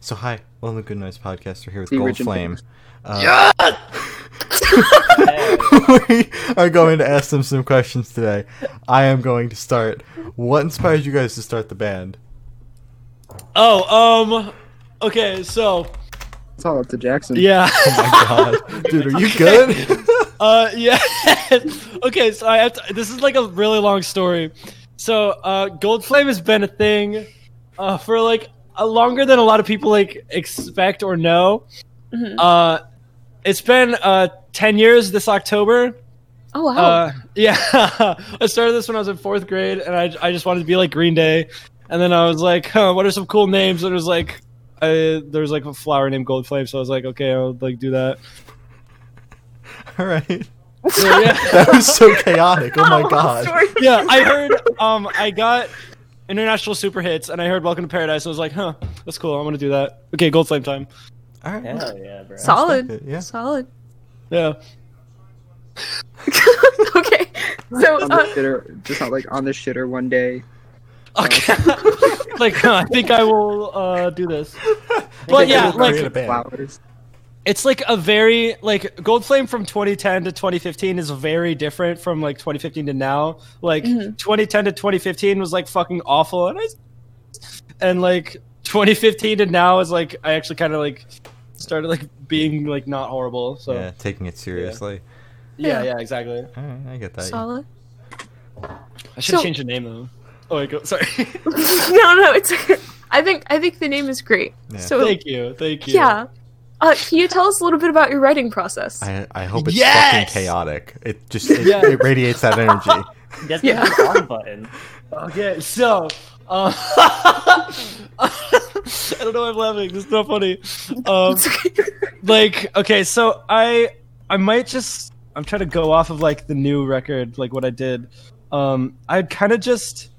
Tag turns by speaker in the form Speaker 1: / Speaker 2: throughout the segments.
Speaker 1: So hi, on the Good Noise podcast, we're here with
Speaker 2: The
Speaker 1: Gold
Speaker 2: original-
Speaker 1: Flame. Uh,
Speaker 2: Yeah.
Speaker 1: we are going to ask them some questions today. I am going to start. What inspired you guys to start the band?
Speaker 3: Oh, um, okay, so
Speaker 2: It's all up to Jackson.
Speaker 3: yeah,
Speaker 1: Oh my god, dude, are you good?
Speaker 3: uh, yeah. okay, so I have to, this is like a really long story. So, uh, Gold Flame has been a thing uh, for like a longer than a lot of people like expect or know. Uh, it's been uh ten years this October.
Speaker 4: Oh wow.
Speaker 3: Uh, yeah, I started this when I was in fourth grade, and I, I just wanted to be like Green Day. And then I was like, huh, what are some cool names? And it was like, I, there was like a flower named Gold Flame, so I was like, okay, I'll like do that.
Speaker 1: All right,
Speaker 3: So, yeah,
Speaker 1: that was so chaotic. Oh my god,
Speaker 4: Sorry.
Speaker 3: yeah, I heard, um, I got international super hits, and I heard Welcome to Paradise, and I was like, huh, that's cool, I'm gonna do that. Okay, Gold Flame time.
Speaker 1: all right,
Speaker 5: Hell yeah, bro.
Speaker 1: I
Speaker 4: Solid.
Speaker 1: respect it, yeah.
Speaker 4: Solid.
Speaker 3: Yeah,
Speaker 4: okay. So
Speaker 2: On the
Speaker 4: uh,
Speaker 2: shitter, just not like on the shitter one day.
Speaker 3: okay, like huh, I think I will uh do this. But
Speaker 2: Like,
Speaker 3: yeah,
Speaker 2: they look
Speaker 3: like
Speaker 1: Create a band.
Speaker 2: flowers.
Speaker 3: it's like a very like gold flame from 2010 to 2015 is very different from like 2015 to now like
Speaker 4: Mm-hmm.
Speaker 3: 2010 to 2015 was like fucking awful and I, and like 2015 to now is like i actually kind of like started like being like not horrible so
Speaker 1: yeah, taking it seriously.
Speaker 3: yeah yeah,
Speaker 4: Yeah.
Speaker 3: exactly
Speaker 1: All right, I get that.
Speaker 4: solid.
Speaker 3: i should
Speaker 4: So-
Speaker 3: change the name though oh wait go, sorry
Speaker 4: no, no, it's. I think I think the name is great.
Speaker 1: Yeah.
Speaker 4: So
Speaker 3: thank you thank you
Speaker 4: yeah. Uh, can you tell us a little bit about your writing process?
Speaker 1: I, I hope it's
Speaker 3: Yes!
Speaker 1: fucking chaotic. It just it,
Speaker 3: Yeah.
Speaker 1: it radiates that energy.
Speaker 5: That's
Speaker 4: Yeah.
Speaker 5: the on button.
Speaker 3: Okay, so uh, I don't know why I'm laughing. This is not funny. Um, like, okay, so I I might just I'm trying to go off of like the new record, like what I did. Um, I'd kind of just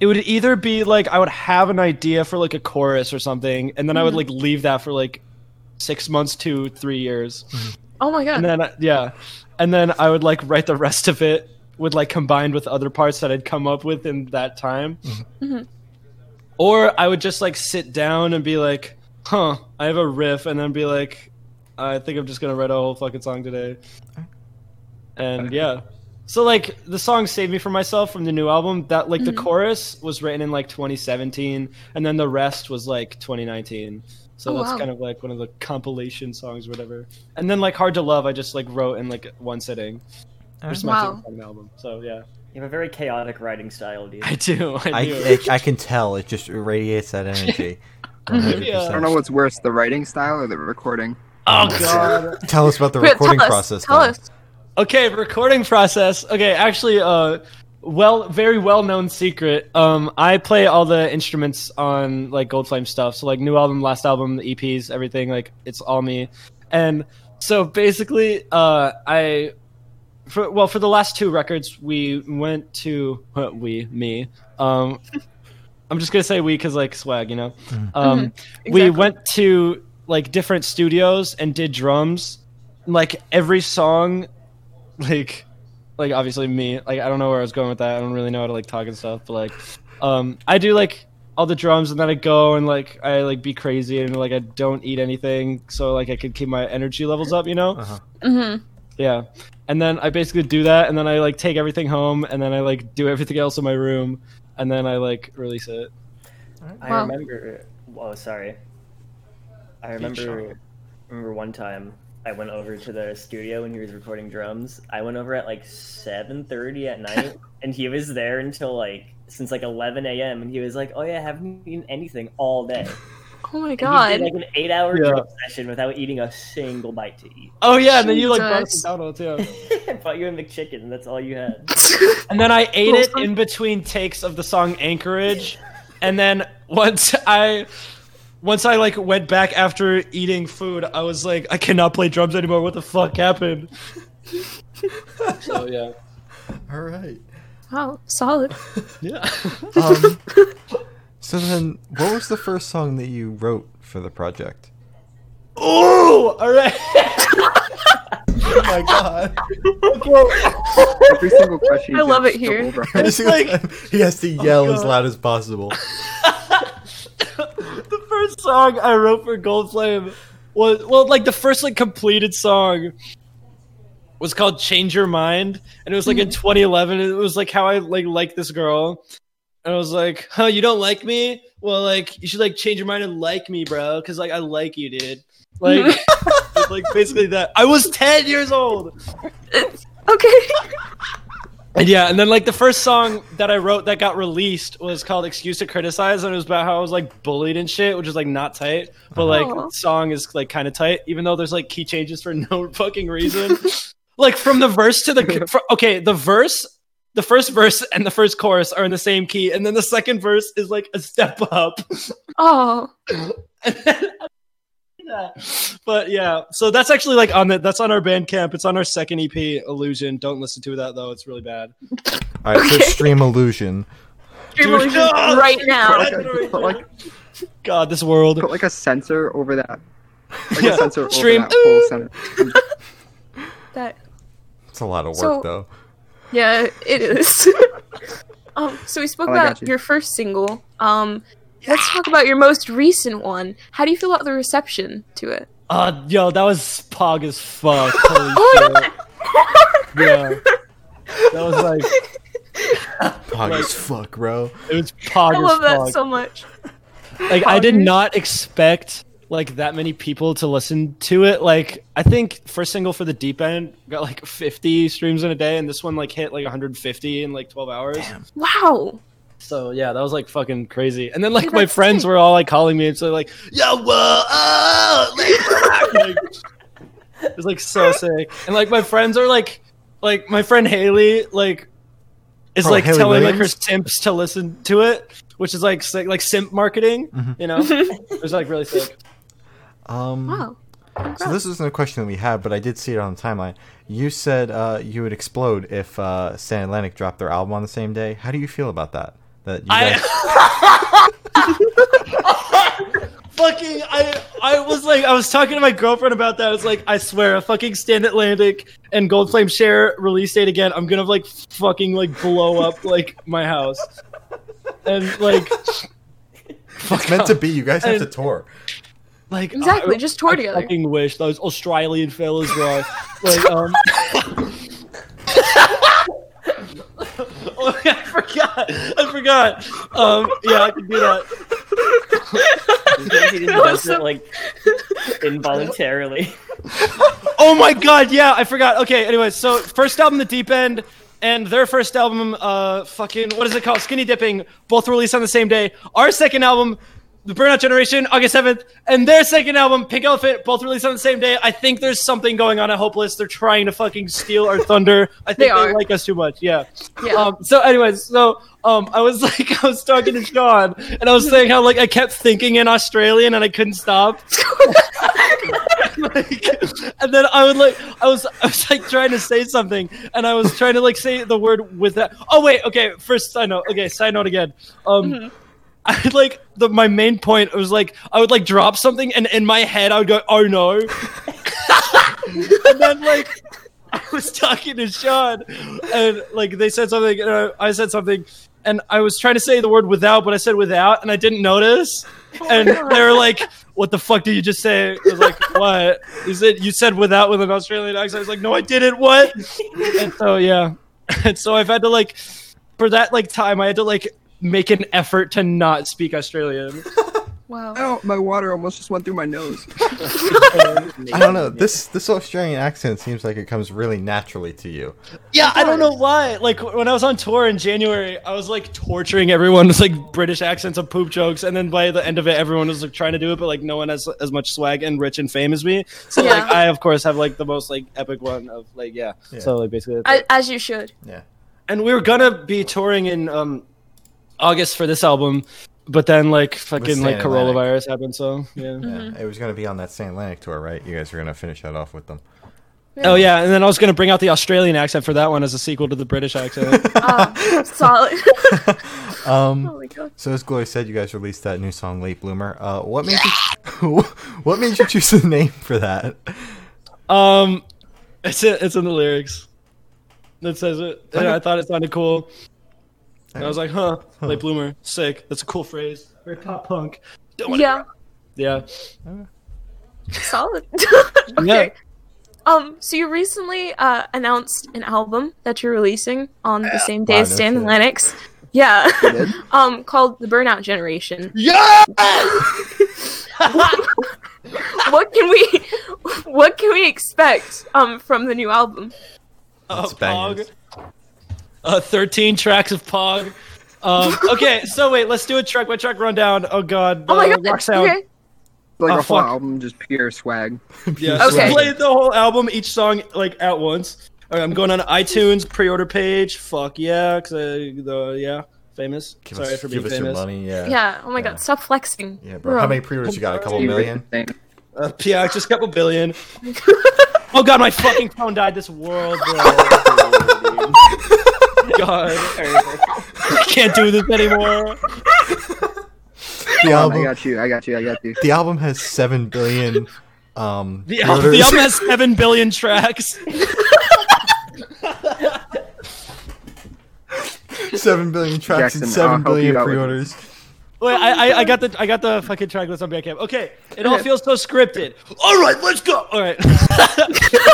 Speaker 3: it would either be like I would have an idea for like a chorus or something, and then I would like leave that for like six months to three years
Speaker 4: oh my god.
Speaker 3: and then I, yeah and then i would like write the rest of it with like combined with other parts that i'd come up with in that time
Speaker 4: Mhm.
Speaker 3: or i would just like sit down and be like huh i have a riff and then be like i think i'm just gonna write a whole fucking song today and yeah so like the song "Save Me from Myself" from the new album, that like
Speaker 4: Mm-hmm.
Speaker 3: the chorus was written in like 2017, and then the rest was like 2019. So
Speaker 4: Oh,
Speaker 3: that's
Speaker 4: wow.
Speaker 3: kind of like one of the compilation songs, or whatever. And then like "Hard to Love," I just like wrote in like one sitting. Which is my
Speaker 4: Wow.
Speaker 3: favorite song on the album. So yeah,
Speaker 5: You have a very chaotic writing style, dude.
Speaker 3: I do. I,
Speaker 1: I,
Speaker 3: do.
Speaker 1: it, I can tell it just radiates that energy. 100%.
Speaker 3: Yeah.
Speaker 2: I don't know what's worse, the writing style or the recording.
Speaker 3: oh god.
Speaker 1: Tell us about the
Speaker 4: Wait,
Speaker 1: recording
Speaker 4: tell us,
Speaker 1: process.
Speaker 4: Tell
Speaker 1: then.
Speaker 4: us.
Speaker 3: Okay, recording process. Okay, actually, uh, well, very well known secret. Um, I play all the instruments on like Gold Flame stuff. So like new album, last album, the EPs, everything. Like it's all me. And so basically, uh, I, for, well, for the last two records, we went to uh, we me. Um, I'm just gonna say we because like swag, you know. Um,
Speaker 4: Exactly.
Speaker 3: We went to like different studios and did drums. Like every song like like obviously me like i don't know where i was going with that i don't really know how to like talk and stuff but like um i do like all the drums and then i go and like i like be crazy and like i don't eat anything so like i could keep my energy levels up you know
Speaker 1: Uh-huh.
Speaker 4: Mm-hmm.
Speaker 3: yeah and then i basically do that and then i like take everything home and then i like do everything else in my room and then i like release it
Speaker 5: I
Speaker 4: Wow.
Speaker 5: remember. Oh, sorry. I remember. Remember one time I went over to the studio when he was recording drums. I went over at like seven thirty at night, and he was there until like since like eleven a.m. And he was like, "Oh yeah, I haven't eaten anything all day."
Speaker 4: Oh my
Speaker 5: And he
Speaker 4: god.
Speaker 5: did, like an eight-hour
Speaker 3: Yeah.
Speaker 5: drum session without eating a single bite to eat.
Speaker 3: oh yeah and then you like brought
Speaker 4: Jesus.
Speaker 3: McDonald's, yeah.
Speaker 5: I brought you a McChicken, and that's all you had.
Speaker 3: And then I ate
Speaker 4: Cool
Speaker 3: it
Speaker 4: song.
Speaker 3: in between takes of the song Anchorage. And then once I once I like went back after eating food, I was like, I cannot play drums anymore. What the fuck happened? so yeah.
Speaker 1: All right.
Speaker 4: wow. Solid.
Speaker 3: Yeah.
Speaker 1: Um, so then, what was the first song that you wrote for the project?
Speaker 3: Ooh! Alright.
Speaker 1: Oh my god!
Speaker 2: Every single question.
Speaker 4: I
Speaker 2: you
Speaker 4: love
Speaker 2: get
Speaker 4: it
Speaker 2: is
Speaker 4: here.
Speaker 2: double right.
Speaker 1: Every
Speaker 3: It's
Speaker 1: single
Speaker 3: like-
Speaker 1: time, he has to yell as
Speaker 3: God.
Speaker 1: loud as possible.
Speaker 3: the first song I wrote for Goldflame was well, like the first like completed song was called "Change Your Mind," and it was like in 2011. It was like how I like like this girl, and I was like, "Huh, you don't like me? Well, like you should like change your mind and like me, bro, because like I like you, dude." Like, it's, like basically that. I was 10 years old.
Speaker 4: okay.
Speaker 3: And yeah, and then like the first song that I wrote that got released was called "Excuse to Criticize," and it was about how I was like bullied and shit, which is like not tight, but like
Speaker 4: Aw.
Speaker 3: song is like kind of tight, even though there's like key changes for no fucking reason. like from the verse to the fr okay, the verse, the first verse and the first chorus are in the same key, and then the second verse is like a step up.
Speaker 4: Oh.
Speaker 3: And then- but yeah, so that's actually like on the that's on our Bandcamp. It's on our second EP, Illusion. Don't listen to that though; it's really bad.
Speaker 1: All right, so
Speaker 4: Okay.
Speaker 1: stream illusion.
Speaker 4: Dream
Speaker 3: Dude,
Speaker 4: illusion
Speaker 3: no!
Speaker 4: right now.
Speaker 2: Right. Like- like-
Speaker 3: God, this world.
Speaker 2: Put like a sensor over that. Like
Speaker 3: Yeah.
Speaker 2: a sensor
Speaker 3: Stream.
Speaker 2: over that whole center.
Speaker 4: That
Speaker 1: It's a lot of work
Speaker 4: So-
Speaker 1: though.
Speaker 4: yeah, it is. um, so we spoke
Speaker 2: Oh, I got
Speaker 4: about
Speaker 2: you.
Speaker 4: your first single. Um, let's talk about your most recent one. How do you feel about the reception to it?
Speaker 3: Uh, yo, that was pog as fuck.
Speaker 4: Oh
Speaker 3: Holy shit. Yeah. That was like,
Speaker 1: Pog as fuck, bro.
Speaker 3: it was pog
Speaker 4: I
Speaker 3: as
Speaker 4: love that
Speaker 3: fuck.
Speaker 4: so much.
Speaker 3: like, I did
Speaker 4: Poggers.
Speaker 3: not expect, like, that many people to listen to it. Like, I think first single for The Deep End got, like, 50 streams in a day, and this one, like, hit, like, 150 in, like, 12 hours.
Speaker 4: Wow.
Speaker 3: So yeah, that was like fucking crazy. And then like
Speaker 4: Dude,
Speaker 3: my
Speaker 4: that's
Speaker 3: friends
Speaker 4: sick.
Speaker 3: were all like calling me and so like, yo, whoa, oh, like, like, it was like so sick. And like my friends are like, like my friend Haley like is
Speaker 1: Oh,
Speaker 3: like
Speaker 1: Haley
Speaker 3: telling like her
Speaker 1: Williams?
Speaker 3: simps to listen to it, which is like sick, like simp marketing.
Speaker 1: Mhm.
Speaker 3: You know, it was like really sick.
Speaker 1: Um,
Speaker 4: Wow.
Speaker 1: So this isn't a question that we had, but I did see it on the timeline. You said uh, you would explode if uh, Stan Atlantic dropped their album on the same day. How do you feel about that? That you guys,
Speaker 3: I fucking I I was like I was talking to my girlfriend about that. I was like, I swear, a fucking Stan Atlantic and Gold Flame share release date again. I'm gonna like fucking like blow up like my house and like
Speaker 1: it's meant to be. You guys have to
Speaker 3: I-
Speaker 1: tour.
Speaker 3: like
Speaker 4: Exactly, just tour
Speaker 3: I
Speaker 4: together.
Speaker 3: Fucking wish those Australian fellas were like um. oh, I forgot. I forgot. Um, yeah, I can do that.
Speaker 5: He just
Speaker 4: That was
Speaker 5: does it
Speaker 4: so-
Speaker 5: like involuntarily.
Speaker 3: Oh my god, yeah, I forgot. Okay, anyway, so first album, The Deep End, and their first album, uh, fucking, what is it called? Skinny Dipping, both released on the same day. Our second album, The Burnout Generation, August 7th, and their second album, Pink Elephant, both released on the same day. I think there's something going on at Hopeless. They're trying to fucking steal our thunder. I
Speaker 4: They
Speaker 3: think they,
Speaker 4: are.
Speaker 3: like us too much, yeah.
Speaker 4: Yeah.
Speaker 3: Um, so, anyways, so. Um, I was like, I was talking to Sean, and I was saying how like I kept thinking in Australian and I couldn't stop, like, and then I would like I was I was like trying to say something and I was trying to like say the word with that oh wait okay first side note okay side note again um I would like the my main point was like I would like drop something and in my head I would go oh no and then like I was talking to Sean and like they said something and I, I said something and I was trying to say the word without but I said without and I didn't notice and they were like, "What the fuck did you just say?" I was like, "What?" Is it you said without with an Australian accent? I was like, "No, I didn't." What? And so yeah, and so I've had to like for that like time, I had to like make an effort to not speak Australian.
Speaker 4: wow.
Speaker 2: Ow, my water almost just went through my nose.
Speaker 1: I don't know. This this Australian accent seems like it comes really naturally to you.
Speaker 3: Yeah, I don't know why. Like when I was on tour in January, I was like torturing everyone with like British accents and poop jokes, and then by the end of it, everyone was like trying to do it, but like no one has as much swag and rich and fame as me. So
Speaker 4: Yeah.
Speaker 3: like I of course have like the most like epic one of like yeah.
Speaker 1: Yeah.
Speaker 3: So like basically. that's it.
Speaker 4: As, as you should.
Speaker 1: Yeah.
Speaker 3: and we were gonna be touring in um August for this album, but then like fucking
Speaker 1: Stan
Speaker 3: like
Speaker 1: Atlantic.
Speaker 3: coronavirus happened, so yeah.
Speaker 1: yeah. It was gonna be on that Stan Atlantic tour, right? You guys were gonna finish that off with them.
Speaker 3: Oh yeah, and then I was gonna bring out the Australian accent for that one as a sequel to the British accent.
Speaker 4: Oh, solid.
Speaker 1: Um.
Speaker 4: oh my god.
Speaker 1: So as Glory said, you guys released that new song "Late Bloomer." Uh, what made you what made you choose the name for that?
Speaker 3: um, it's in, it's in the lyrics. That says it. And I thought it sounded cool. And I was like, huh, late bloomer, sick. That's a cool phrase. Very pop punk. Don't wanna
Speaker 4: Yeah.
Speaker 3: Yeah.
Speaker 4: Solid. okay. Um, so you recently uh, announced an album that you're releasing on the same day
Speaker 1: Wow,
Speaker 4: as
Speaker 1: no
Speaker 4: Stan
Speaker 1: shit.
Speaker 4: Lennox. Yeah.
Speaker 2: Did?
Speaker 4: um, called The Burnout Generation.
Speaker 3: Yeah.
Speaker 4: What can we what can we expect um from the new album?
Speaker 3: Uh,
Speaker 1: That's bangers.
Speaker 3: Pog. Uh, 13 tracks of Pog. Um, okay, so wait, let's do a track by track rundown. Oh god.
Speaker 4: Oh my
Speaker 3: uh,
Speaker 4: god.
Speaker 3: Rock Sound.
Speaker 4: Okay.
Speaker 2: Like a
Speaker 3: Oh,
Speaker 2: whole
Speaker 3: fuck.
Speaker 2: album, just pure swag.
Speaker 3: Yeah,
Speaker 4: Okay.
Speaker 3: just play the whole album, each song like at once. All right, I'm going on iTunes pre-order page. Fuck yeah, cause I, the yeah, famous.
Speaker 1: Give
Speaker 3: Sorry
Speaker 1: us,
Speaker 3: for being
Speaker 1: give us your
Speaker 3: famous.
Speaker 1: money.
Speaker 4: Yeah.
Speaker 1: Yeah.
Speaker 4: Oh my
Speaker 1: Yeah.
Speaker 4: god. Stop flexing.
Speaker 1: Yeah, bro.
Speaker 4: Bro.
Speaker 1: How many pre-orders you got? A couple million.
Speaker 2: Thing.
Speaker 3: Uh, yeah, just a couple billion. oh god, my fucking phone died. This world, bro. God, I can't do this anymore.
Speaker 1: The
Speaker 2: Um, I
Speaker 1: album.
Speaker 2: got you. I got you. I got you.
Speaker 1: The album has seven billion. Um,
Speaker 3: The, al- the
Speaker 1: orders.
Speaker 3: album has seven billion tracks.
Speaker 1: seven billion tracks and
Speaker 2: Jackson, I'll
Speaker 1: seven
Speaker 2: help you
Speaker 1: billion
Speaker 2: out with
Speaker 1: pre-orders.
Speaker 3: Wait, I, I, I got the I got the fucking track list on Bandcamp. Okay, it all
Speaker 4: Okay.
Speaker 3: feels so scripted. All right, let's go. All right.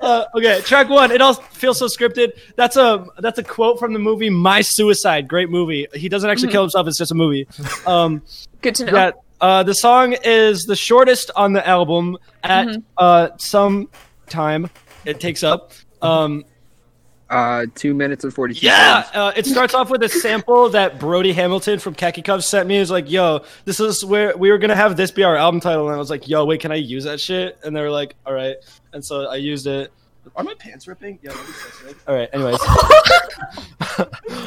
Speaker 3: uh, okay, track one. It all feels so scripted. That's a that's a quote from the movie My Suicide. Great movie. He doesn't actually kill himself. It's just a movie. Um,
Speaker 4: Good to know.
Speaker 3: yeah. Uh, the song is the shortest on the album at uh, some time it takes up. Um,
Speaker 2: Uh, two minutes and forty.
Speaker 3: yeah,
Speaker 2: seconds.
Speaker 3: uh, it starts off with a sample that Brody Hamilton from Khaki Cubs sent me. It was like, "Yo, this is where we were gonna have this be our album title," and I was like, "Yo, wait, can I use that shit?" And they were like, "All right," and so I used it. Are my pants ripping? Yeah. that'd be so sick. All right. Anyways,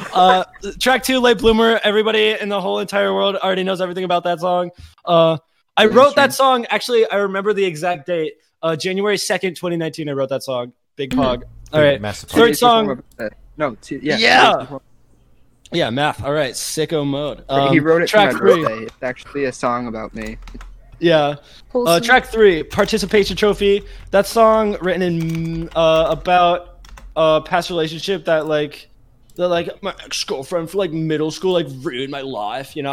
Speaker 3: uh, track two, "Late Bloomer." Everybody in the whole entire world already knows everything about that song. Uh, I
Speaker 2: Yeah,
Speaker 3: wrote
Speaker 2: sure.
Speaker 3: that song. Actually, I remember the exact date. Uh, January second, twenty nineteen. I wrote that song. Big
Speaker 2: Hmm.
Speaker 3: pog. All right.
Speaker 1: Massive
Speaker 3: Third
Speaker 1: Pog.
Speaker 2: Today's perform-
Speaker 3: song.
Speaker 2: uh, No, two, yeah.
Speaker 3: Yeah.
Speaker 2: today's perform-
Speaker 3: Yeah, math. All right, sicko mode.
Speaker 2: he
Speaker 3: Um,
Speaker 2: wrote it for my
Speaker 3: Track three.
Speaker 2: birthday. It's actually a song about me.
Speaker 3: Yeah. Uh,
Speaker 4: Wholesome.
Speaker 3: track three, participation trophy. That song written in uh, about uh, past relationship that like that like my ex girlfriend for like middle school like ruined my life. You know.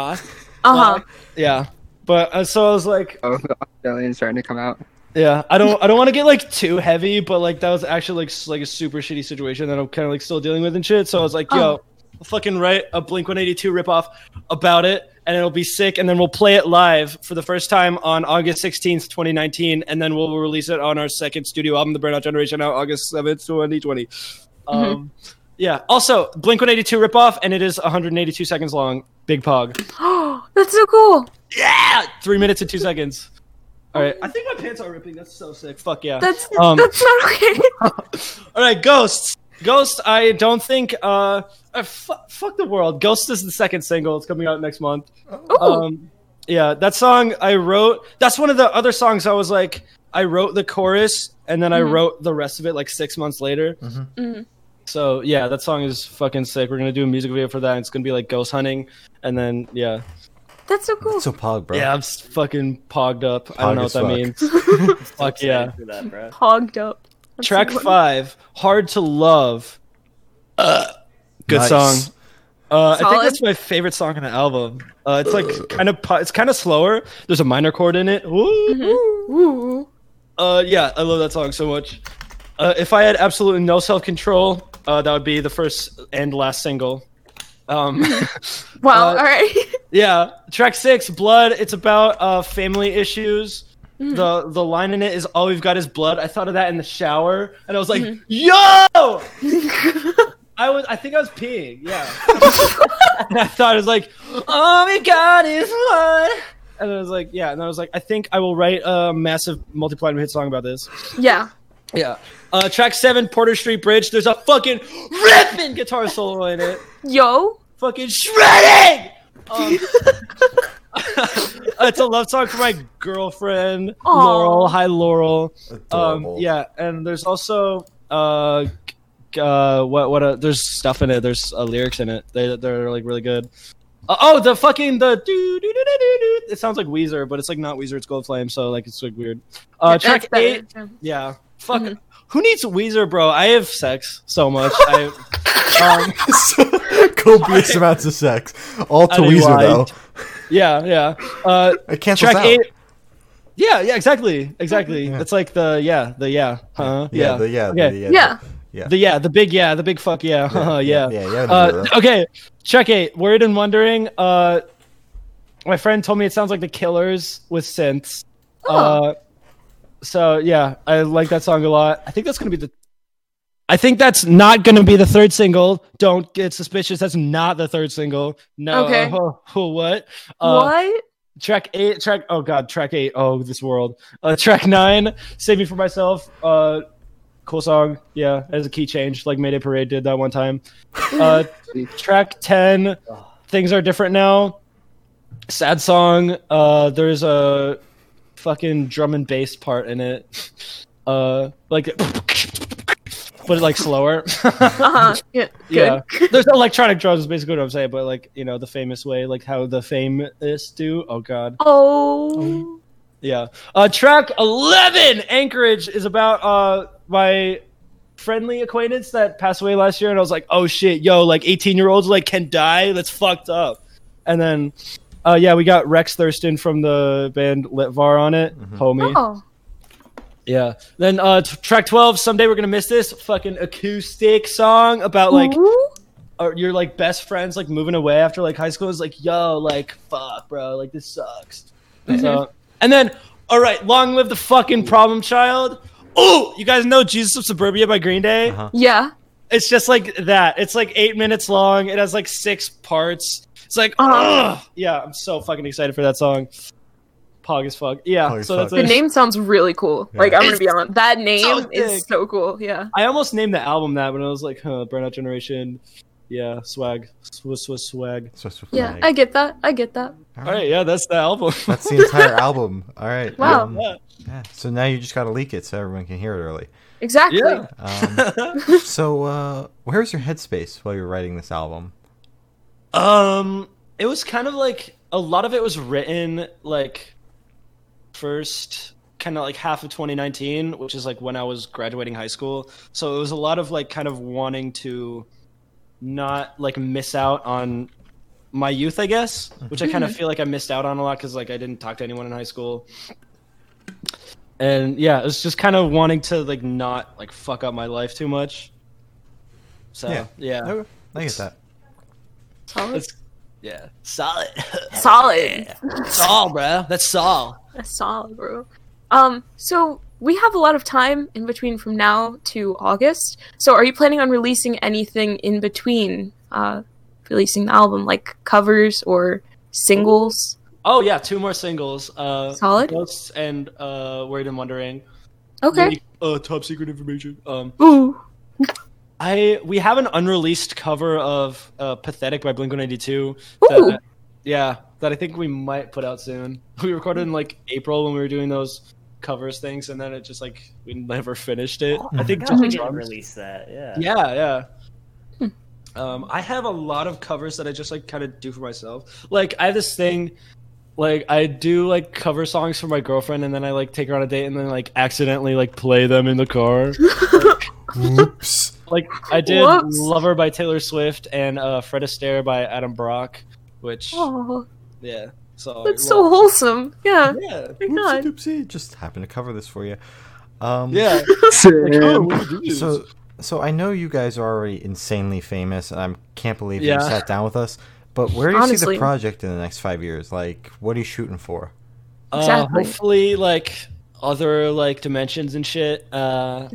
Speaker 4: uh-huh.
Speaker 3: Yeah. But uh, so I was like,
Speaker 2: Oh, the Australian's starting to come out.
Speaker 3: yeah, I don't, I don't want to get like too heavy, but like that was actually like s- like a super shitty situation that I'm kind of like still dealing with and shit. So I was like, yo,
Speaker 4: Oh.
Speaker 3: I'll fucking write a Blink 182 ripoff about it, and it'll be sick, and then we'll play it live for the first time on August 16th, 2019, and then we'll release it on our second studio album, The Burnout Generation, out August 7th, 2020. Um, yeah. Also, Blink 182 ripoff, and it is 182 seconds long. Big pog.
Speaker 1: uh,
Speaker 4: That's so cool.
Speaker 3: Yeah, three minutes and two seconds. All right. I think my pants are ripping. That's so sick. Fuck yeah.
Speaker 4: That's
Speaker 3: Um,
Speaker 4: that's not okay.
Speaker 3: All right, Ghosts. Ghost, I don't think. Uh, uh, fu- fuck the world. Ghost is the second single. It's coming out next month.
Speaker 4: Ooh.
Speaker 1: Oh.
Speaker 3: Um, yeah, that song I wrote. That's one of the other songs I was like, I wrote the chorus and then
Speaker 1: Mm-hmm.
Speaker 3: I wrote the rest of it like six months later.
Speaker 4: Mhm.
Speaker 3: So yeah, that song is fucking sick. We're gonna do a music video for that. it's gonna be like ghost hunting, and then yeah,
Speaker 4: that's so cool.
Speaker 1: So Pog, bro.
Speaker 3: yeah, I'm s- fucking pogged up. I
Speaker 1: Pog
Speaker 3: don't know what
Speaker 1: as
Speaker 3: that
Speaker 1: fuck.
Speaker 3: means. fuck yeah.
Speaker 5: For that, bro.
Speaker 4: Hogged up. That's
Speaker 3: Track
Speaker 4: so cool.
Speaker 3: five, "Hard to Love." Uh, good
Speaker 1: Nice.
Speaker 3: song. Uh, I think
Speaker 4: Solid.
Speaker 3: that's my favorite song on the album. Uh, it's like kind of it's kind of slower. There's a minor chord in it. Woo.
Speaker 4: Mm-hmm. Ooh.
Speaker 3: Uh, yeah, I love that song so much. Uh, if I had absolutely no self control, uh, that would be the first and last single. Um,
Speaker 4: Wow.
Speaker 3: Uh,
Speaker 4: all right.
Speaker 3: yeah, track six, blood. It's about uh, family issues. The the line in it is all we've got is blood. I thought of that in the shower, and I was like, yo. I was, I think I was peeing. Yeah, and I thought it was like, all we got is blood. And I was like, yeah, and I was like, I think I will write a massive multiplatinum hit song about this.
Speaker 4: yeah.
Speaker 3: Yeah. Uh, track seven, Porter Street Bridge. There's a fucking ripping guitar solo in it.
Speaker 4: Yo.
Speaker 3: Fucking shredding. Um, it's a love song for my girlfriend,
Speaker 4: Aw.
Speaker 3: Laurel. Hi, Laurel. Um,
Speaker 1: Adorable.
Speaker 3: yeah, and there's also uh, g- uh, what what uh there's stuff in it. There's uh, lyrics in it. They they're like really good. Uh, oh, the fucking the do do do do do do. It sounds like Weezer, but it's like not Weezer. It's Gold Flame, so like it's like weird. Uh,
Speaker 4: That's
Speaker 3: track
Speaker 4: better. Mm-hmm.
Speaker 3: eight. Yeah. Fuck. Who needs Weezer, bro? I have sex so much. I, um,
Speaker 1: copious amounts of sex. All to
Speaker 3: I mean,
Speaker 1: Weezer
Speaker 3: why?
Speaker 1: though.
Speaker 3: Yeah, yeah. Uh,
Speaker 1: It cancels
Speaker 3: track
Speaker 1: out.
Speaker 3: eight. Yeah, yeah, exactly, exactly.
Speaker 1: Yeah.
Speaker 3: It's like the yeah, the yeah, huh?
Speaker 1: Yeah, the yeah,
Speaker 3: okay.
Speaker 1: the, yeah,
Speaker 4: Yeah.
Speaker 1: yeah.
Speaker 3: The yeah, the big yeah, the big fuck yeah, yeah, yeah.
Speaker 1: yeah, yeah,
Speaker 3: Uh, okay, check eight. Worried and wondering. Uh, my friend told me it sounds like the Killers with synths.
Speaker 4: Oh.
Speaker 3: Uh, so yeah, I like that song a lot. I think that's gonna be the. I think that's not gonna be the third single. Don't get suspicious. That's not the third single. No.
Speaker 4: Okay.
Speaker 3: Oh, oh, what? Uh,
Speaker 4: what?
Speaker 3: Track eight. Track. Oh god. Track eight. Oh, this world. Uh, track nine. Save me for myself. Uh, cool song. Yeah, as a key change, like Mayday Parade did that one time. Uh, track 10 things are different now sad song uh there's a fucking drum and bass part in it uh like but like slower
Speaker 4: Uh-huh. Yeah. Good.
Speaker 3: yeah there's no electronic drums is basically what i'm saying but like you know the famous way like how the famous do oh god
Speaker 4: Oh.
Speaker 3: yeah. Uh, track 11, Anchorage, is about uh, my friendly acquaintance that passed away last year. And I was like, oh shit, yo, like 18 year olds like can die. That's fucked up. And then, uh, yeah, we got Rex Thurston from the band Litvar on it. Homie.
Speaker 4: Oh.
Speaker 3: Yeah. Then uh, t- track 12, Someday We're Gonna Miss This, fucking acoustic song about like
Speaker 4: Ooh.
Speaker 3: or your like best friends like moving away after like high school is like, yo, like fuck, bro, like this sucks. So, and then, all right, long live the fucking problem child. Oh, you guys know Jesus of Suburbia by Green Day?
Speaker 1: Uh-huh.
Speaker 4: Yeah.
Speaker 3: It's just like that. It's like eight minutes long. It has like six parts. It's like,
Speaker 4: Uh-huh.
Speaker 3: ugh. yeah, I'm so fucking excited for that song. Pog as fuck. Yeah.
Speaker 1: Pog as
Speaker 3: so that's
Speaker 1: fuck.
Speaker 4: The
Speaker 3: it.
Speaker 4: name sounds really cool.
Speaker 1: Yeah.
Speaker 4: Like I'm gonna
Speaker 3: It's
Speaker 4: be on that name
Speaker 3: sick.
Speaker 4: is so cool. Yeah.
Speaker 3: I almost named the album that when I was like, huh, Burnout Generation. Yeah, swag. Swiss, Swiss, swag.
Speaker 1: So it's just
Speaker 4: Yeah.
Speaker 1: like-
Speaker 4: I get that. I get that.
Speaker 3: All right, yeah, that's the album.
Speaker 1: That's the entire album. All right.
Speaker 4: Wow.
Speaker 1: um,
Speaker 3: Yeah.
Speaker 1: yeah. So now you just gotta leak it so everyone can hear it early.
Speaker 4: Exactly.
Speaker 3: Yeah.
Speaker 1: Um, so uh, where was your headspace while you were writing this album?
Speaker 3: Um, it was kind of like a lot of it was written like first kind of like half of 2019, which is like when I was graduating high school. So it was a lot of like kind of wanting to not like miss out on my youth, I guess, which I kind
Speaker 1: Mm-hmm.
Speaker 3: of feel like I missed out on a lot cuz like I didn't talk to anyone in high school. And yeah, it was just kind of wanting to like not like fuck up my life too much. So,
Speaker 1: Yeah.
Speaker 3: yeah.
Speaker 1: Okay, I get that.
Speaker 4: Solid.
Speaker 3: It's yeah, solid.
Speaker 4: Solid.
Speaker 3: That's all, bro. That's all.
Speaker 4: That's solid, bro. Um. So we have a lot of time in between from now to August. So are you planning on releasing anything in between? Uh, releasing the album, like covers or singles?
Speaker 3: Oh yeah, two more singles. Uh,
Speaker 4: Solid.
Speaker 3: Ghosts and uh, Worried and Wondering.
Speaker 4: Okay.
Speaker 3: Unique, Uh, top secret information. Um,
Speaker 4: Ooh.
Speaker 3: I we have an unreleased cover of uh, "Pathetic" by Blink One Eighty Two.
Speaker 4: Ooh.
Speaker 3: That, yeah, that I think we might put out soon. We recorded in like April when we were doing those covers things, and then it just like we never finished it.
Speaker 4: Oh
Speaker 3: I think just
Speaker 4: Mm-hmm.
Speaker 3: the
Speaker 5: We should
Speaker 3: drums.
Speaker 5: release that. Yeah.
Speaker 3: Mm-hmm. yeah yeah um, i have a lot of covers that i just like kind of do for myself like i have this thing like i do like cover songs for my girlfriend and then i like take her on a date and then like accidentally like play them in the car
Speaker 1: Whoops.
Speaker 3: like i did
Speaker 4: Whoops.
Speaker 3: lover by taylor swift and uh, fred astaire by adam brock which
Speaker 4: Oh,
Speaker 3: yeah so
Speaker 4: that's so wholesome. Yeah.
Speaker 3: yeah
Speaker 4: My
Speaker 1: Oopsie
Speaker 4: God.
Speaker 1: doopsie. Just happened to cover this for you. Um,
Speaker 3: yeah Oh,
Speaker 1: So so I know you guys are already insanely famous. and I can't believe you
Speaker 3: Yeah.
Speaker 1: sat down with us. But where do you see
Speaker 4: Honestly.
Speaker 1: the project in the next five years? Like, what are you shooting for?
Speaker 4: Exactly.
Speaker 3: uh, hopefully like other like dimensions and shit uh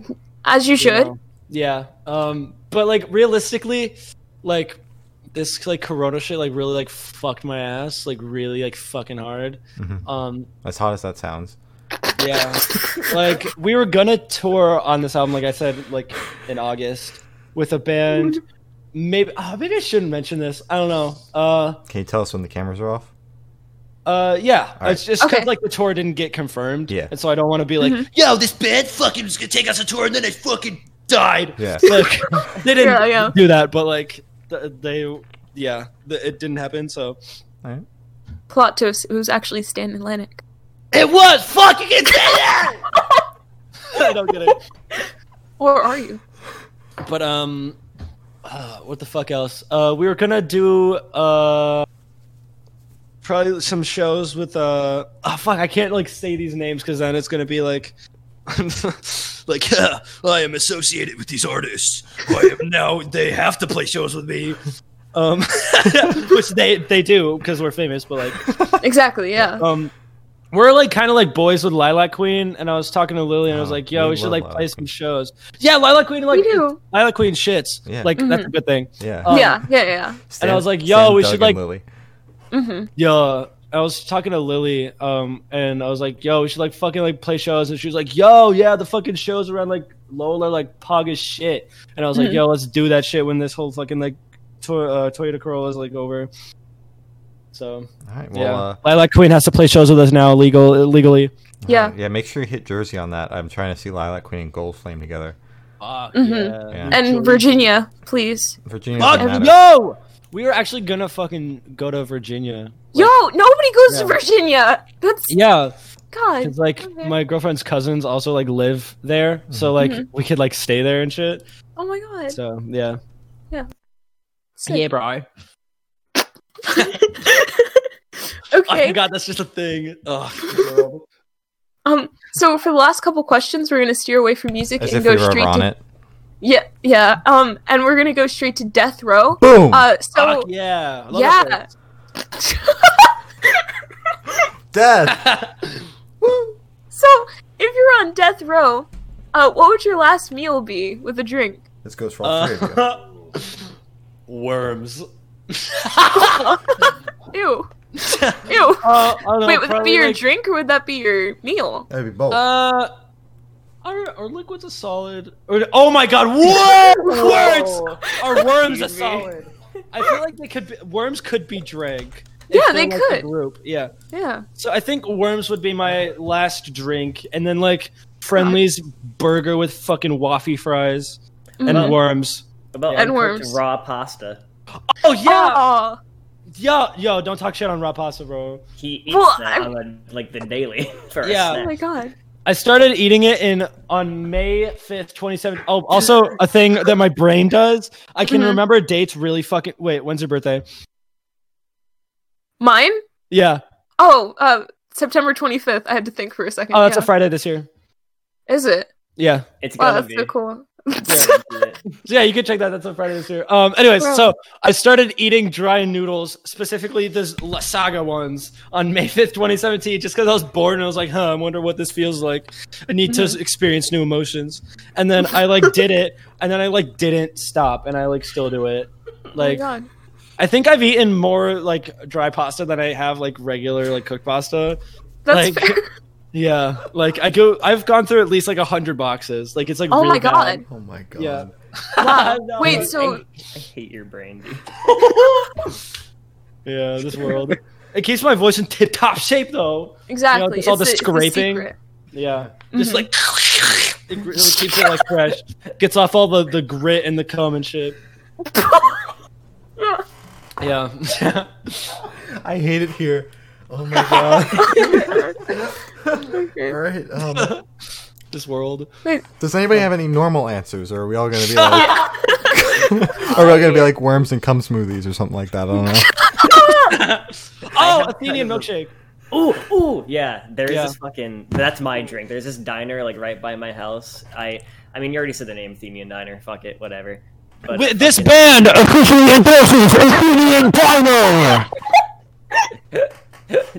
Speaker 4: As you should.
Speaker 3: know? Yeah. Um but like realistically, like this like corona shit like really like fucked my ass like really like fucking hard.
Speaker 1: Mhm.
Speaker 3: Um
Speaker 1: As hot as that sounds.
Speaker 3: yeah. like we were gonna tour on this album like I said like in August with a band maybe oh, maybe I shouldn't mention this. I don't know. Uh
Speaker 1: Can you tell us when the cameras are off?
Speaker 3: uh yeah,
Speaker 1: All right.
Speaker 3: it's just 'cause,
Speaker 4: Okay. Mm-hmm.
Speaker 3: like the tour didn't get confirmed.
Speaker 1: Yeah.
Speaker 3: And so I don't want to be like, yo, this band fucking is gonna take us a tour and then they fucking died.
Speaker 1: Yeah.
Speaker 3: like they didn't
Speaker 4: Yeah, yeah.
Speaker 3: do that, but like th- they, yeah, th- it didn't happen. So
Speaker 4: Plot twist. It was actually Stan and Lennox.
Speaker 3: it was fucking insane. I don't get it.
Speaker 4: Or are you?
Speaker 3: But um, uh, what the fuck else? Uh, we were gonna do uh, probably some shows with uh oh fuck I can't like say these names because then it's gonna be like like yeah, I am associated with these artists. I am now they have to play shows with me. Um, which they they do because we're famous, but like
Speaker 4: exactly, yeah.
Speaker 3: um we're like kind of like boys with Lilac Queen, and I was talking to Lily, and I was
Speaker 1: Oh,
Speaker 3: like, "Yo,
Speaker 1: we
Speaker 3: we should
Speaker 1: love
Speaker 3: like
Speaker 1: Lilac
Speaker 3: play
Speaker 1: Queen.
Speaker 3: some shows." Yeah, Lilac Queen, like
Speaker 4: we do.
Speaker 3: Lilac Queen shits.
Speaker 1: Yeah.
Speaker 3: Like
Speaker 4: Mm-hmm.
Speaker 3: that's a good thing.
Speaker 1: Yeah.
Speaker 3: um,
Speaker 4: yeah, yeah, yeah.
Speaker 1: Stan-
Speaker 3: I was like, yo,
Speaker 1: Stan,
Speaker 3: we
Speaker 1: Doug,
Speaker 3: should,
Speaker 1: and
Speaker 3: like-
Speaker 1: Lily.
Speaker 4: hmm
Speaker 3: Yeah, I was talking to Lily, um, and I was like, "Yo, we should like fucking like play shows," and she was like, "Yo, yeah, the fucking shows around like Lola like pog as shit," and I was like,
Speaker 4: Mhm.
Speaker 3: "Yo, let's do that shit when this whole fucking like to- uh, Toyota Corolla is like over." So
Speaker 1: All right. Well,
Speaker 3: yeah,
Speaker 1: uh,
Speaker 3: Lilac Queen has to play shows with us now, legal legally.
Speaker 4: Yeah.
Speaker 1: yeah. Make sure you hit Jersey on that. I'm trying to see Lilac Queen and Gold Flame together.
Speaker 3: Fuck
Speaker 4: Mhm.
Speaker 1: Yeah.
Speaker 4: And Virginia, please.
Speaker 1: Virginia. doesn't
Speaker 3: Fuck
Speaker 1: matter.
Speaker 3: yo, we were actually gonna fucking go to Virginia.
Speaker 4: Yo, nobody goes to
Speaker 3: Yeah.
Speaker 4: Virginia. That's
Speaker 3: Yeah,
Speaker 4: God.
Speaker 3: Cause like
Speaker 4: Okay.
Speaker 3: my girlfriend's cousins also like live there, so like
Speaker 4: Mhm.
Speaker 3: we could like stay there and shit.
Speaker 4: Oh my God.
Speaker 3: So yeah,
Speaker 4: Sick.
Speaker 3: bro.
Speaker 4: okay.
Speaker 3: Oh, God, that's just a thing. Ugh,
Speaker 4: um. So for the last couple questions, we're gonna steer away from music
Speaker 1: As
Speaker 4: and
Speaker 1: if
Speaker 4: go
Speaker 1: we were ever
Speaker 4: straight
Speaker 1: on
Speaker 4: to
Speaker 1: it.
Speaker 4: yeah, yeah. Um, and we're gonna go straight to death row.
Speaker 1: Boom.
Speaker 4: Uh.
Speaker 3: Fuck
Speaker 4: So
Speaker 3: yeah, I love
Speaker 4: yeah.
Speaker 1: Death.
Speaker 3: that place.
Speaker 4: So if you're on death row, uh, what would your last meal be with a drink?
Speaker 1: This goes for all three of you.
Speaker 3: Uh, worms.
Speaker 4: Ew. Ew.
Speaker 3: Uh, I don't know,
Speaker 4: Wait, would that
Speaker 3: probably,
Speaker 4: be your
Speaker 3: like,
Speaker 4: drink or would that be your meal?
Speaker 1: That'd be both.
Speaker 3: Uh, are, are liquids a solid? Or, oh my god, what? oh, words! Are worms a
Speaker 4: Excuse me.
Speaker 3: solid? I feel like they could be, worms could be drank.
Speaker 4: Yeah,
Speaker 3: if
Speaker 4: they
Speaker 3: they're, like, a
Speaker 4: could.
Speaker 3: group, yeah.
Speaker 4: Yeah.
Speaker 3: So I think worms would be my last drink, and then like friendlies burger with fucking waffy fries and
Speaker 4: Mhm.
Speaker 3: worms.
Speaker 5: About
Speaker 4: And
Speaker 5: uncooked
Speaker 4: worms.
Speaker 5: raw pasta.
Speaker 3: Oh yeah,
Speaker 4: Aw.
Speaker 3: yo, yo, don't talk shit on raw pasta, bro.
Speaker 5: He eats
Speaker 4: Well,
Speaker 5: that
Speaker 4: I'm-
Speaker 5: on the, like the daily for
Speaker 3: Yeah.
Speaker 5: a
Speaker 4: Oh
Speaker 5: snack.
Speaker 4: my god.
Speaker 3: I started eating it in on May fifth, twenty seven. Oh, also a thing that my brain does. I can
Speaker 4: Mhm.
Speaker 3: remember dates really fucking. Wait, when's your birthday?
Speaker 4: Mine?
Speaker 3: Yeah.
Speaker 4: Oh, uh, September 25th. I had to think for a second.
Speaker 3: Oh, that's
Speaker 4: yeah.
Speaker 3: a Friday this year.
Speaker 4: Is it?
Speaker 3: Yeah.
Speaker 5: It's
Speaker 4: Wow,
Speaker 5: gonna
Speaker 4: that's
Speaker 5: be.
Speaker 4: so cool.
Speaker 5: Yeah,
Speaker 3: So, yeah, you can check that. That's on Friday this year. Um, anyways,
Speaker 4: Bro.
Speaker 3: so I started eating dry noodles, specifically this La Saga ones, on May 5th, 2017, just because I was bored and I was like, huh, I wonder what this feels like. I need
Speaker 4: Mm-hmm.
Speaker 3: to experience new emotions. And then I like did it, and then I like didn't stop, and I like still do it. Like,
Speaker 4: oh my god.
Speaker 3: I think I've eaten more like dry pasta than I have like regular like cooked pasta.
Speaker 4: That's
Speaker 3: like-
Speaker 4: fair.
Speaker 3: Yeah, like I go, I've gone through at least like a hundred boxes. Like it's like
Speaker 4: Oh
Speaker 3: really
Speaker 4: my
Speaker 3: bad.
Speaker 4: god.
Speaker 1: oh my god.
Speaker 3: yeah.
Speaker 4: Wow.
Speaker 3: No,
Speaker 4: Wait,
Speaker 3: like,
Speaker 4: so
Speaker 5: I hate your brain, dude.
Speaker 3: Yeah, this world. It keeps my voice in tip top shape though.
Speaker 4: exactly.
Speaker 3: just all
Speaker 4: it's
Speaker 3: the
Speaker 4: a- it's a
Speaker 3: scraping.
Speaker 4: secret.
Speaker 3: Yeah. Mm-hmm. Just
Speaker 4: Mhm.
Speaker 3: like it really keeps it like fresh. Gets off all the, the grit and the cum and shit. Yeah.
Speaker 1: I hate it here. Oh my god. all right. Um,
Speaker 3: this world.
Speaker 1: does anybody have any normal answers, or are we all gonna be like,
Speaker 3: Oh,
Speaker 1: are we all gonna be like worms and cum smoothies or something like that? I don't know.
Speaker 3: Oh,
Speaker 5: have
Speaker 3: Athenian
Speaker 5: kind of a-
Speaker 3: milkshake.
Speaker 5: Ooh, ooh, yeah. There's
Speaker 3: Yeah.
Speaker 5: this fucking. That's my drink. There's this diner like right by my house. I, I mean, you already said the name, Themian Diner. Fuck it, whatever. But
Speaker 3: With this band officially endorses Athenian Diner.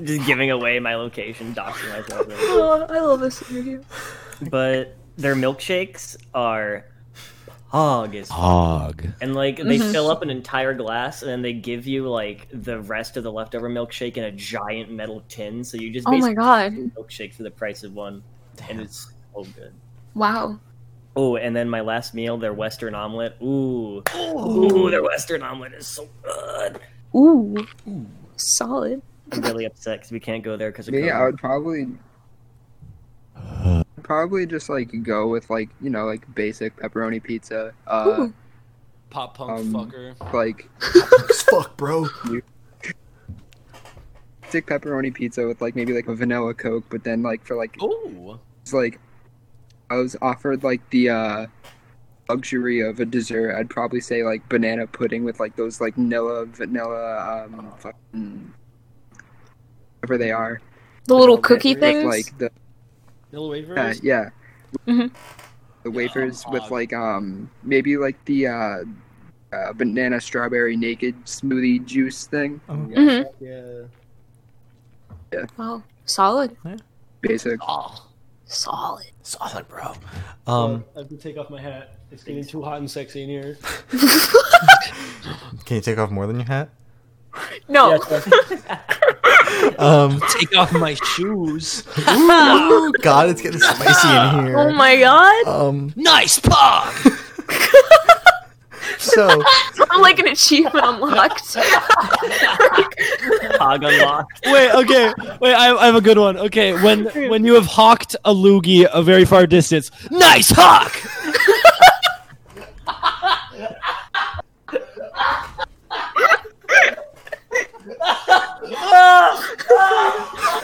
Speaker 5: just giving away my location, doxing myself. really.
Speaker 4: Oh, I love this interview.
Speaker 5: But their milkshakes are hog as
Speaker 6: Hog.
Speaker 5: And like they
Speaker 4: Mm-hmm.
Speaker 5: fill up an entire glass, and then they give you like the rest of the leftover milkshake in a giant metal tin. So you just
Speaker 4: Oh my
Speaker 5: basically
Speaker 4: God.
Speaker 5: get a milkshake for the price of one, and it's so good.
Speaker 4: Wow.
Speaker 5: Oh, and then my last meal, their Western omelet. Ooh, ooh, their Western omelet is so good.
Speaker 4: Ooh. Solid.
Speaker 5: I'm really upset because we can't go there because of
Speaker 2: Me, I
Speaker 5: COVID.
Speaker 2: would probably probably just like go with like you know like basic pepperoni pizza, uh,
Speaker 4: Ooh.
Speaker 3: Pop punk
Speaker 2: Um,
Speaker 3: fucker.
Speaker 2: like
Speaker 1: Fuck, bro.
Speaker 2: stick pepperoni pizza with like maybe like a vanilla coke, but then like for like
Speaker 3: Oh.
Speaker 2: it's like I was offered like the uh luxury of a dessert. I'd probably say like banana pudding with like those like vanilla vanilla um fucking whatever they are.
Speaker 4: The little cookie things.
Speaker 2: With like the
Speaker 3: Little wafers.
Speaker 2: uh, yeah.
Speaker 4: Mhm.
Speaker 2: The wafers with
Speaker 3: hog.
Speaker 2: like um maybe like the uh, uh banana strawberry naked smoothie juice thing.
Speaker 1: Oh,
Speaker 4: Mhm.
Speaker 5: Yeah.
Speaker 4: Wow, solid,
Speaker 2: Basic.
Speaker 3: Oh,
Speaker 4: solid.
Speaker 1: solid, bro. Um,
Speaker 3: I have to take off my hat. It's getting too hot and sexy in here.
Speaker 1: can you take off more than your hat?
Speaker 4: No,
Speaker 1: Um,
Speaker 6: Take off my shoes.
Speaker 1: ooh, God, it's getting spicy in here.
Speaker 4: oh my god,
Speaker 1: Um,
Speaker 6: Nice pop.
Speaker 1: so
Speaker 4: I'm like an achievement unlocked.
Speaker 5: Hog unlocked.
Speaker 3: Wait, okay. Wait, I, I have a good one. Okay, when when you have hawked a loogie a very far distance, nice hawk.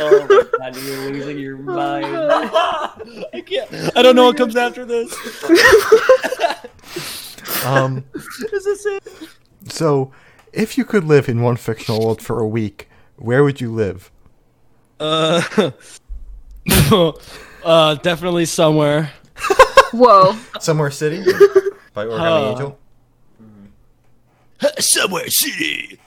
Speaker 5: Oh my god, you're losing your
Speaker 4: Oh
Speaker 5: mind.
Speaker 3: I can't. I don't know what comes after this.
Speaker 1: Um, So, if you could live in one fictional world for a week, where would you live?
Speaker 3: Uh, uh, definitely somewhere.
Speaker 4: Whoa,
Speaker 1: Somewhere city by Origami
Speaker 3: Huh.
Speaker 1: Angel.
Speaker 6: Somewhere city.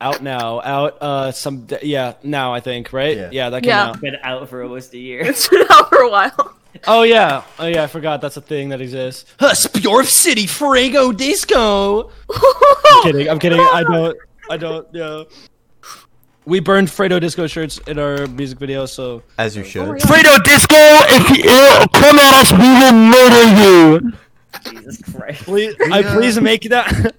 Speaker 3: Out now. Out. Uh, some. Yeah, now I think. Right.
Speaker 1: Yeah.
Speaker 3: Yeah, that came
Speaker 4: Yeah.
Speaker 3: out.
Speaker 5: Been out for almost a year.
Speaker 4: it's been out for a while.
Speaker 3: Oh yeah. Oh yeah. I forgot that's a thing that exists.
Speaker 6: Huh, Spjorf City Frago Disco.
Speaker 3: kidding. I'm kidding. I don't. I don't. Yeah. We burned Fredo Disco shirts in our music video, so
Speaker 1: As you should.
Speaker 4: Oh my
Speaker 6: Fredo Disco, if you come at us, we will murder you.
Speaker 5: Jesus Christ.
Speaker 3: please, I
Speaker 1: Yeah.
Speaker 3: please make that.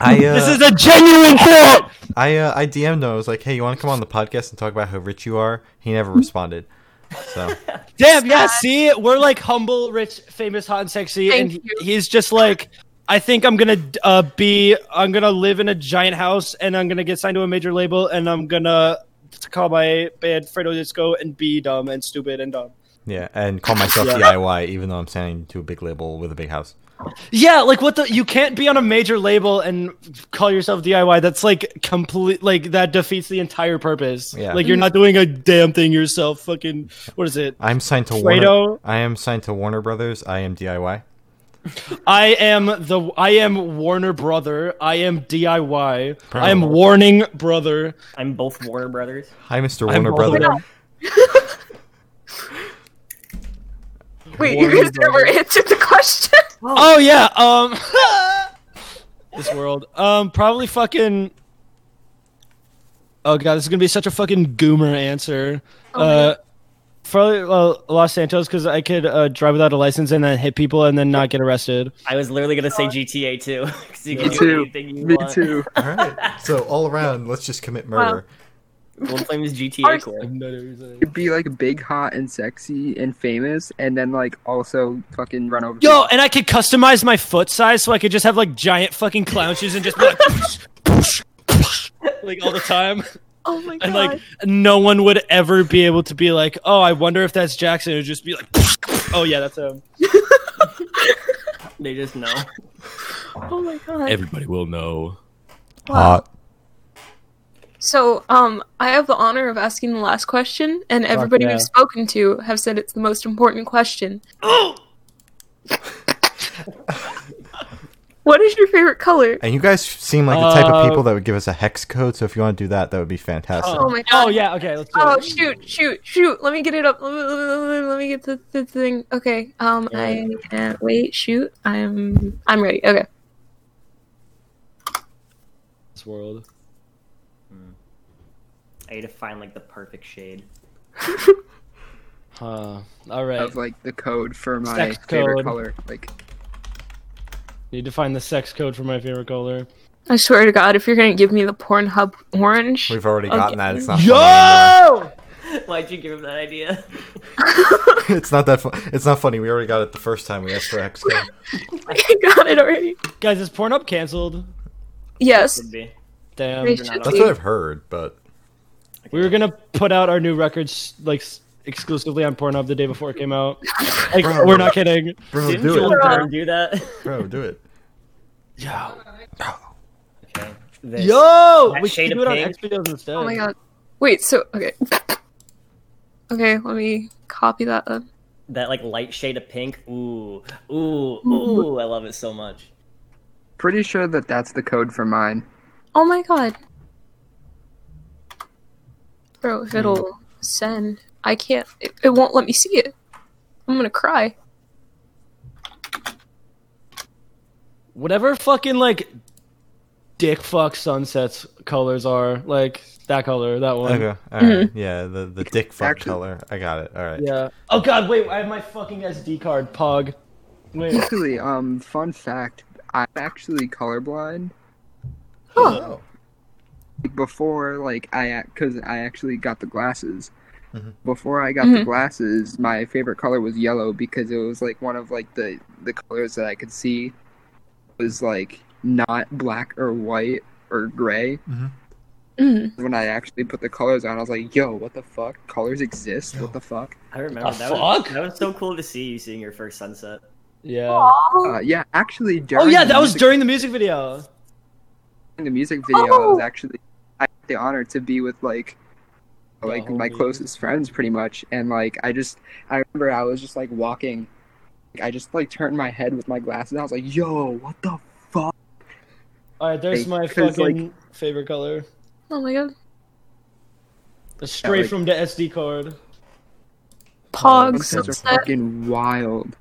Speaker 1: I uh,
Speaker 6: a genuine threat.
Speaker 1: I uh, I DM'd him. I was like, "Hey, you want to come on the podcast and talk about how rich you are?" He never responded. So
Speaker 3: Damn. Yeah. See, we're like humble, rich, famous, hot, and sexy,
Speaker 4: Thank
Speaker 3: and
Speaker 4: you.
Speaker 3: he's just like. I think I'm gonna uh, be. I'm gonna live in a giant house, and I'm gonna get signed to a major label, and I'm gonna call my band Fredo Disco and be dumb and stupid and dumb.
Speaker 1: yeah, and call myself DIY, even though I'm signing to a big label with a big house.
Speaker 3: Yeah, like what the you can't be on a major label and call yourself DIY. That's like complete like that defeats the entire purpose.
Speaker 1: Yeah.
Speaker 3: Like you're not doing a damn thing yourself. Fucking what is it?
Speaker 1: I'm signed to Warner.
Speaker 3: Fredo?
Speaker 1: I am signed to Warner Brothers. I am DIY.
Speaker 3: I am the I am Warner Brother. I am DIY. I am
Speaker 1: Probably.
Speaker 3: Warning Brother.
Speaker 5: I'm both Warner Brothers.
Speaker 1: Hi, Mr.
Speaker 3: I'm
Speaker 1: Warner
Speaker 3: all of
Speaker 1: Brother.
Speaker 3: them.
Speaker 4: Wait, you guys never answered the question.
Speaker 3: Oh yeah. Um this world. Um probably fucking Oh god, this is going to be such a fucking goomer answer.
Speaker 4: Oh my
Speaker 3: uh Probably uh, Los Santos because I could uh, drive without a license and then hit people and then not get arrested.
Speaker 5: I was literally gonna say GTA too. 'cause you can
Speaker 2: Me
Speaker 5: do
Speaker 2: too.
Speaker 5: anything you
Speaker 2: Me
Speaker 5: want.
Speaker 2: too.
Speaker 1: All right. So all around, let's just commit murder.
Speaker 5: We'll play his GTA
Speaker 4: Are-
Speaker 5: core.
Speaker 2: You'd be like big, hot, and sexy and famous, and then like also fucking run over.
Speaker 3: Yo, and I could customize my foot size so I could just have like giant fucking clown shoes and just be like, push, push, push, like all the time.
Speaker 4: Oh my god.
Speaker 3: And like no one would ever be able to be like, oh, I wonder if that's Jackson. It would just be like, push, push. oh yeah, that's him.
Speaker 5: They just know.
Speaker 4: oh my god.
Speaker 6: Everybody will know.
Speaker 1: Uh,
Speaker 4: Wow. So, um, I have the honor of asking the last question, and everybody
Speaker 3: yeah.
Speaker 4: we've spoken to have said it's the most important question. what is your favorite color?
Speaker 1: And you guys seem like the type of
Speaker 3: Uh,
Speaker 1: people that would give us a hex code, so if you want to do that, that would be fantastic.
Speaker 4: Oh my god.
Speaker 3: Oh yeah, okay, let's do
Speaker 4: Oh
Speaker 3: it.
Speaker 4: shoot, shoot, shoot. Let me get it up. Let me, let me- let me get the, the thing. Okay. Um I can't wait, shoot. I'm I'm ready. Okay.
Speaker 3: This world.
Speaker 5: I need to find like the perfect shade.
Speaker 3: Huh. All right.
Speaker 2: Of like the code for my
Speaker 3: Sex
Speaker 2: favorite
Speaker 3: code.
Speaker 2: color. Like
Speaker 3: Need to find the sex code for my favorite color.
Speaker 4: I swear to god, if you're gonna give me the Pornhub orange
Speaker 1: We've already
Speaker 4: Okay.
Speaker 1: gotten that. It's not. Funny
Speaker 3: Yo!
Speaker 5: Why'd you give him that idea?
Speaker 1: anymore. it's not that. Fu- it's not funny. We already got it the first time we asked for hex code.
Speaker 4: I got it already.
Speaker 3: Guys, is Pornhub canceled?
Speaker 4: Yes.
Speaker 5: Would be.
Speaker 3: Damn.
Speaker 4: They should
Speaker 1: That's
Speaker 4: be.
Speaker 1: what I've heard, but
Speaker 3: We were gonna put out our new records like s- exclusively on Pornhub the day before it came out. Like,
Speaker 1: Bro.
Speaker 3: we're not kidding.
Speaker 1: bro,
Speaker 5: Didn't
Speaker 1: do
Speaker 5: Joel
Speaker 1: it,
Speaker 5: Byrne do that?
Speaker 1: bro, do it.
Speaker 3: Yo,
Speaker 5: okay. This.
Speaker 3: yo,
Speaker 5: That
Speaker 3: we
Speaker 5: shade
Speaker 3: should do
Speaker 5: of
Speaker 3: it on
Speaker 5: pink.
Speaker 3: X videos instead.
Speaker 4: Oh my god. Wait, so okay. Okay, let me copy that up.
Speaker 5: That like light shade of pink. Ooh, ooh,
Speaker 2: Mm-hmm.
Speaker 5: ooh! I love it so much.
Speaker 2: Pretty sure that that's the code for mine.
Speaker 4: Oh my god. Bro, if it'll send. I can't it, it won't let me see it. I'm gonna cry.
Speaker 3: Whatever fucking like dick fuck sunsets colors are, like that color, that one. Mm-hmm.
Speaker 1: Okay. All right. Yeah, the, the dick fuck
Speaker 2: Actually-
Speaker 1: color. I got it. All right.
Speaker 3: Yeah. Oh god, wait, I have my fucking SD card, pog. Wait.
Speaker 2: Actually, um, fun fact: I'm actually colorblind. Um,
Speaker 4: Huh.
Speaker 2: Before, like, I because I actually got the glasses.
Speaker 1: Mhm.
Speaker 2: Before I got
Speaker 3: Mm-hmm.
Speaker 2: the
Speaker 4: Mhm.
Speaker 2: glasses, my favorite color was yellow because it was like one of like the the colors that I could see was like not black or white or gray.
Speaker 4: Mm.
Speaker 2: When I actually put the colors on, I was like, "Yo, what the fuck? Colors exist? What the fuck?"
Speaker 5: I remember
Speaker 3: The
Speaker 5: that.
Speaker 3: fuck?
Speaker 5: Was, that was so cool to see you seeing your first sunset.
Speaker 3: Yeah.
Speaker 4: Aw.
Speaker 2: Uh, yeah, actually,
Speaker 3: Oh
Speaker 2: during
Speaker 3: yeah,
Speaker 2: the
Speaker 3: that was
Speaker 2: music-
Speaker 3: during the music video.
Speaker 2: in the music video, I
Speaker 4: Oh.
Speaker 2: was actually I had the honor to be with like
Speaker 3: The
Speaker 2: like
Speaker 3: whole
Speaker 2: my
Speaker 3: music-
Speaker 2: closest friends pretty much and like I just I remember I was just like walking like, I just like turned my head with my glasses and I was like, "Yo, what the fuck?"
Speaker 3: All right, there's my
Speaker 2: Because, like-
Speaker 3: fucking favorite color.
Speaker 4: Oh my god.
Speaker 3: Straight
Speaker 2: like-
Speaker 3: from the SD card.
Speaker 4: Pog
Speaker 2: Sunsets are
Speaker 4: sunset.
Speaker 2: fucking wild.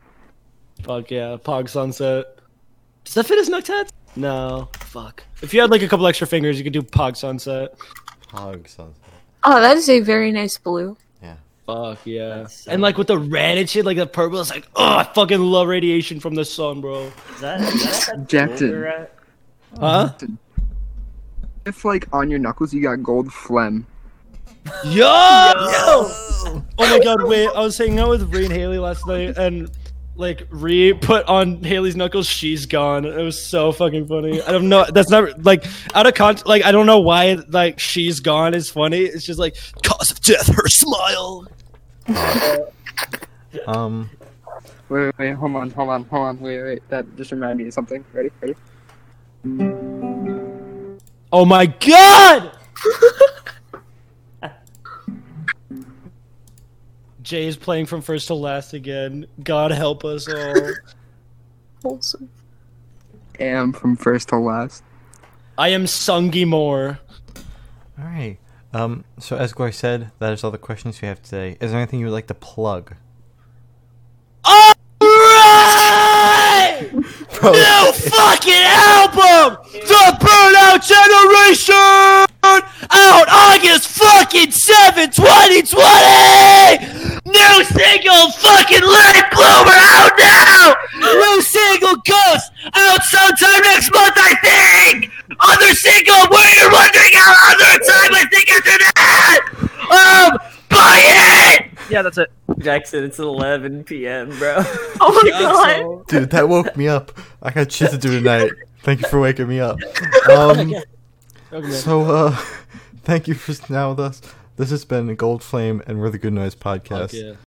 Speaker 3: Fuck yeah, Pog Sunset. Does that fit his neck tats? No. Fuck. If you had like a couple extra fingers, you could do Pog Sunset.
Speaker 1: Hog sunset.
Speaker 4: Oh, that is a very nice blue.
Speaker 3: Fuck yeah.
Speaker 5: That's so-
Speaker 3: And like with the red and shit, like the purple, it's like, oh, I fucking love radiation from the sun, bro.
Speaker 5: Is that, is that, that
Speaker 2: Jackson.
Speaker 5: we were at?
Speaker 3: Huh?
Speaker 2: If like on your knuckles you got gold phlegm.
Speaker 3: Yo! Oh my god, wait, I was hanging out with Ree and Haley last night and like Ree put on Haley's knuckles, she's gone. It was so fucking funny. I don't know that's not like out of con like I don't know why like she's gone is funny. It's just like cause of death, her smile.
Speaker 1: Um.
Speaker 2: Wait, wait, wait, hold on, hold on, hold on, wait, wait. That just reminded me of something. Ready? Ready?
Speaker 3: Oh my god! Jay is playing from first to last again. God help us all.
Speaker 4: Wholesome.
Speaker 2: Am from first to last.
Speaker 3: I am Sungi Moore.
Speaker 1: All right. Um. So as Glory said, that is all the questions we have today. Is there anything you would like to plug?
Speaker 3: Alright!
Speaker 1: Bro,
Speaker 3: New fucking album! The Burnout Generation! Out August fucking 7, 2020! New single fucking Light Bloomer out now! New single Ghost out sometime next month, I think! Other single Where You're Wondering Out Other Time, I think after that! Um, buy it!
Speaker 5: Yeah, that's it. Jackson, it's 11 p.m., bro.
Speaker 4: Oh my god.
Speaker 1: dude, that woke me up. I got shit to do tonight. Thank you for waking me up. Um. So, uh, thank you for now with us. This has been Gold Flame and We're the Good Noise Podcast.